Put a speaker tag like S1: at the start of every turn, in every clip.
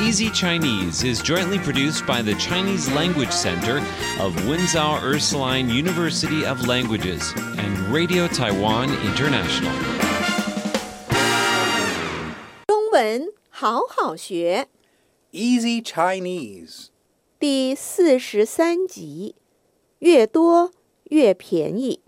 S1: Easy Chinese is jointly produced by the Chinese Language Center of Windsor Ursuline University of Languages and Radio Taiwan International.
S2: 中文好好学
S3: Easy Chinese.
S2: 第四十三集，越多越便宜。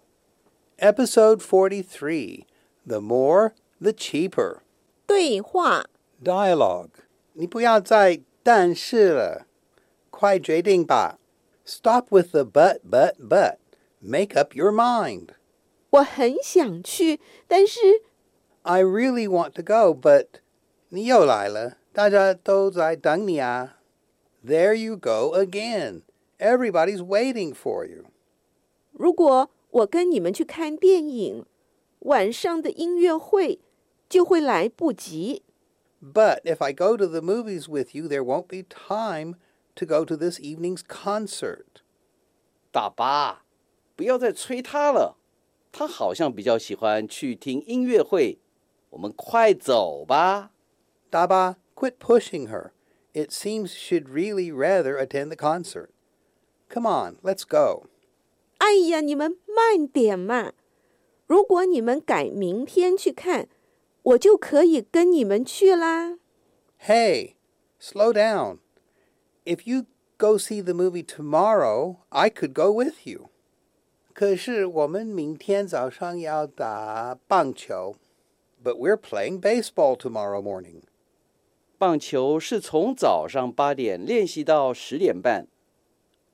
S3: Episode 43. The more, the cheaper.
S2: 对话
S3: Dialogue. 你不要再但是了。快决定吧。Stop with the but, but, but. Make up your mind.
S2: 我很想去，但是
S3: I really want to go, but 你又来了，大家都在等你啊。There you go again. Everybody's waiting for you.
S2: 如果我跟你们去看电影，晚上的音乐会就会来不及。
S3: But if I go to the movies with you, there won't be time to go to this evening's concert.
S4: 大巴，不要再催他了，他好像比较喜欢去听音乐会。我们快走吧。
S3: Daba, quit pushing her. It seems she'd really rather attend the concert. Come on, let's go.
S2: 哎呀，你们慢点嘛！如果你们改明天去看，我就可以跟你们去啦。
S3: Hey, slow down. If you go see the movie tomorrow, I could go with you. 可是我们明天早上要打棒球。But we're playing baseball tomorrow morning.
S4: 棒球是从早上八点练习到十点半，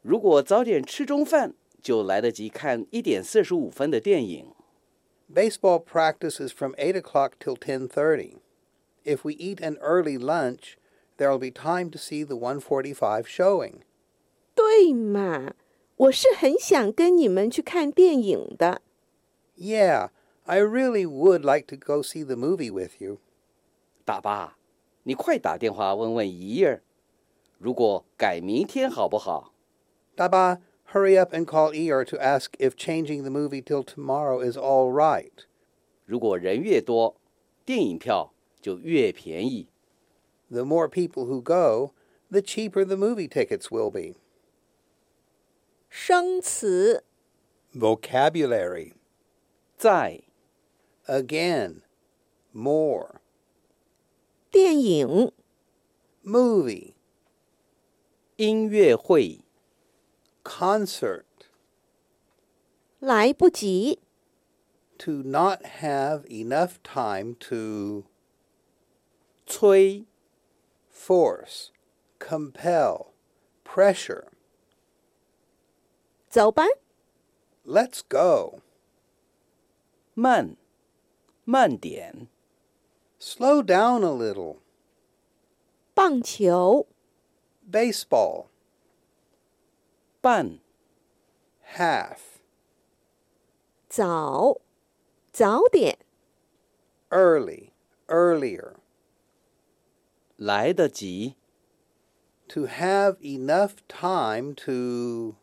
S4: 如果早点吃中饭，就来得及看一点四十五分的电影。
S3: Baseball practice is from 8 o'clock till 10.30. If we eat an early lunch, there'll be time to see the 145 showing.
S2: 对嘛，我是很想跟你们去看电影的。
S3: Yeah, I really would like to go see the movie with you.
S4: 大巴，你快打电话问问姨儿，如果改明天好不好？
S3: Daba, hurry up and call ER to ask if changing the movie till tomorrow is all right.
S4: 如果人越多，电影票就越便宜。
S3: The more people who go, the cheaper the movie tickets will be.
S2: 生词
S3: Vocabulary
S4: 在
S3: Again, more,
S2: 电影、
S3: movie,
S4: 音乐会
S3: concert,
S2: 来不及、
S3: to not have enough time to
S4: 催
S3: force, compel, pressure.
S2: 走吧、
S3: Let's go.
S4: 慢，慢点
S3: Slow down a little.
S2: 棒球、
S3: Baseball,
S4: 半
S3: half,
S2: 早、早点、
S3: early, earlier.
S4: 来得及
S3: to have enough time to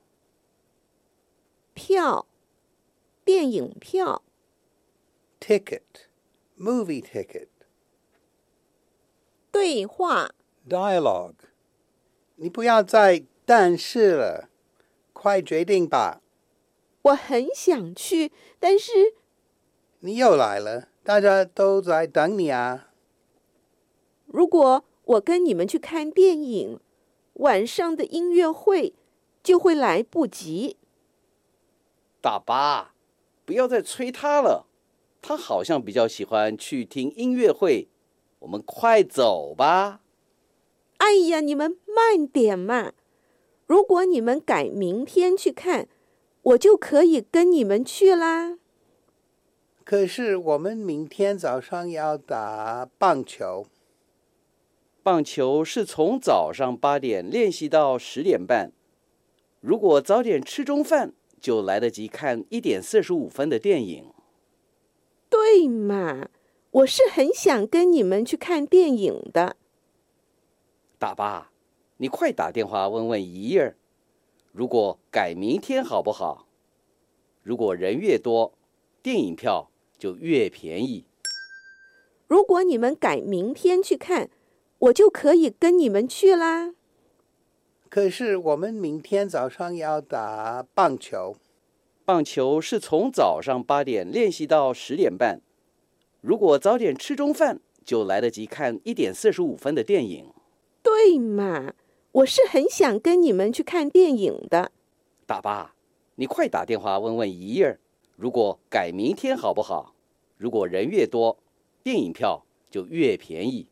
S2: 票、电影票、
S3: ticket, movie ticket,
S2: 对话、
S3: dialogue. 你不要再但是了，快决定吧。
S2: 我很想去，但是
S3: 你又来了，大家都在等你啊。
S2: 如果我跟你们去看电影，晚上的音乐会就会来不及。
S4: 大巴，不要再催他了，他好像比较喜欢去听音乐会。我们快走吧。
S2: 哎呀，你们慢点嘛！如果你们改明天去看，我就可以跟你们去啦。
S3: 可是我们明天早上要打棒球。
S4: 棒球是从早上八点练习到十点半，如果早点吃中饭，就来得及看一点四十五分的电影。
S2: 对嘛，我是很想跟你们去看电影的。
S4: 大巴，你快打电话问问姨儿，如果改明天好不好？如果人越多，电影票就越便宜。
S2: 如果你们改明天去看，我就可以跟你们去啦。
S3: 可是我们明天早上要打棒球，
S4: 棒球是从早上八点练习到十点半，如果早点吃中饭，就来得及看一点四十五分的电影。
S2: 对嘛，我是很想跟你们去看电影的。
S4: 大巴，你快打电话问问姨儿，如果改明天好不好？如果人越多，电影票就越便宜。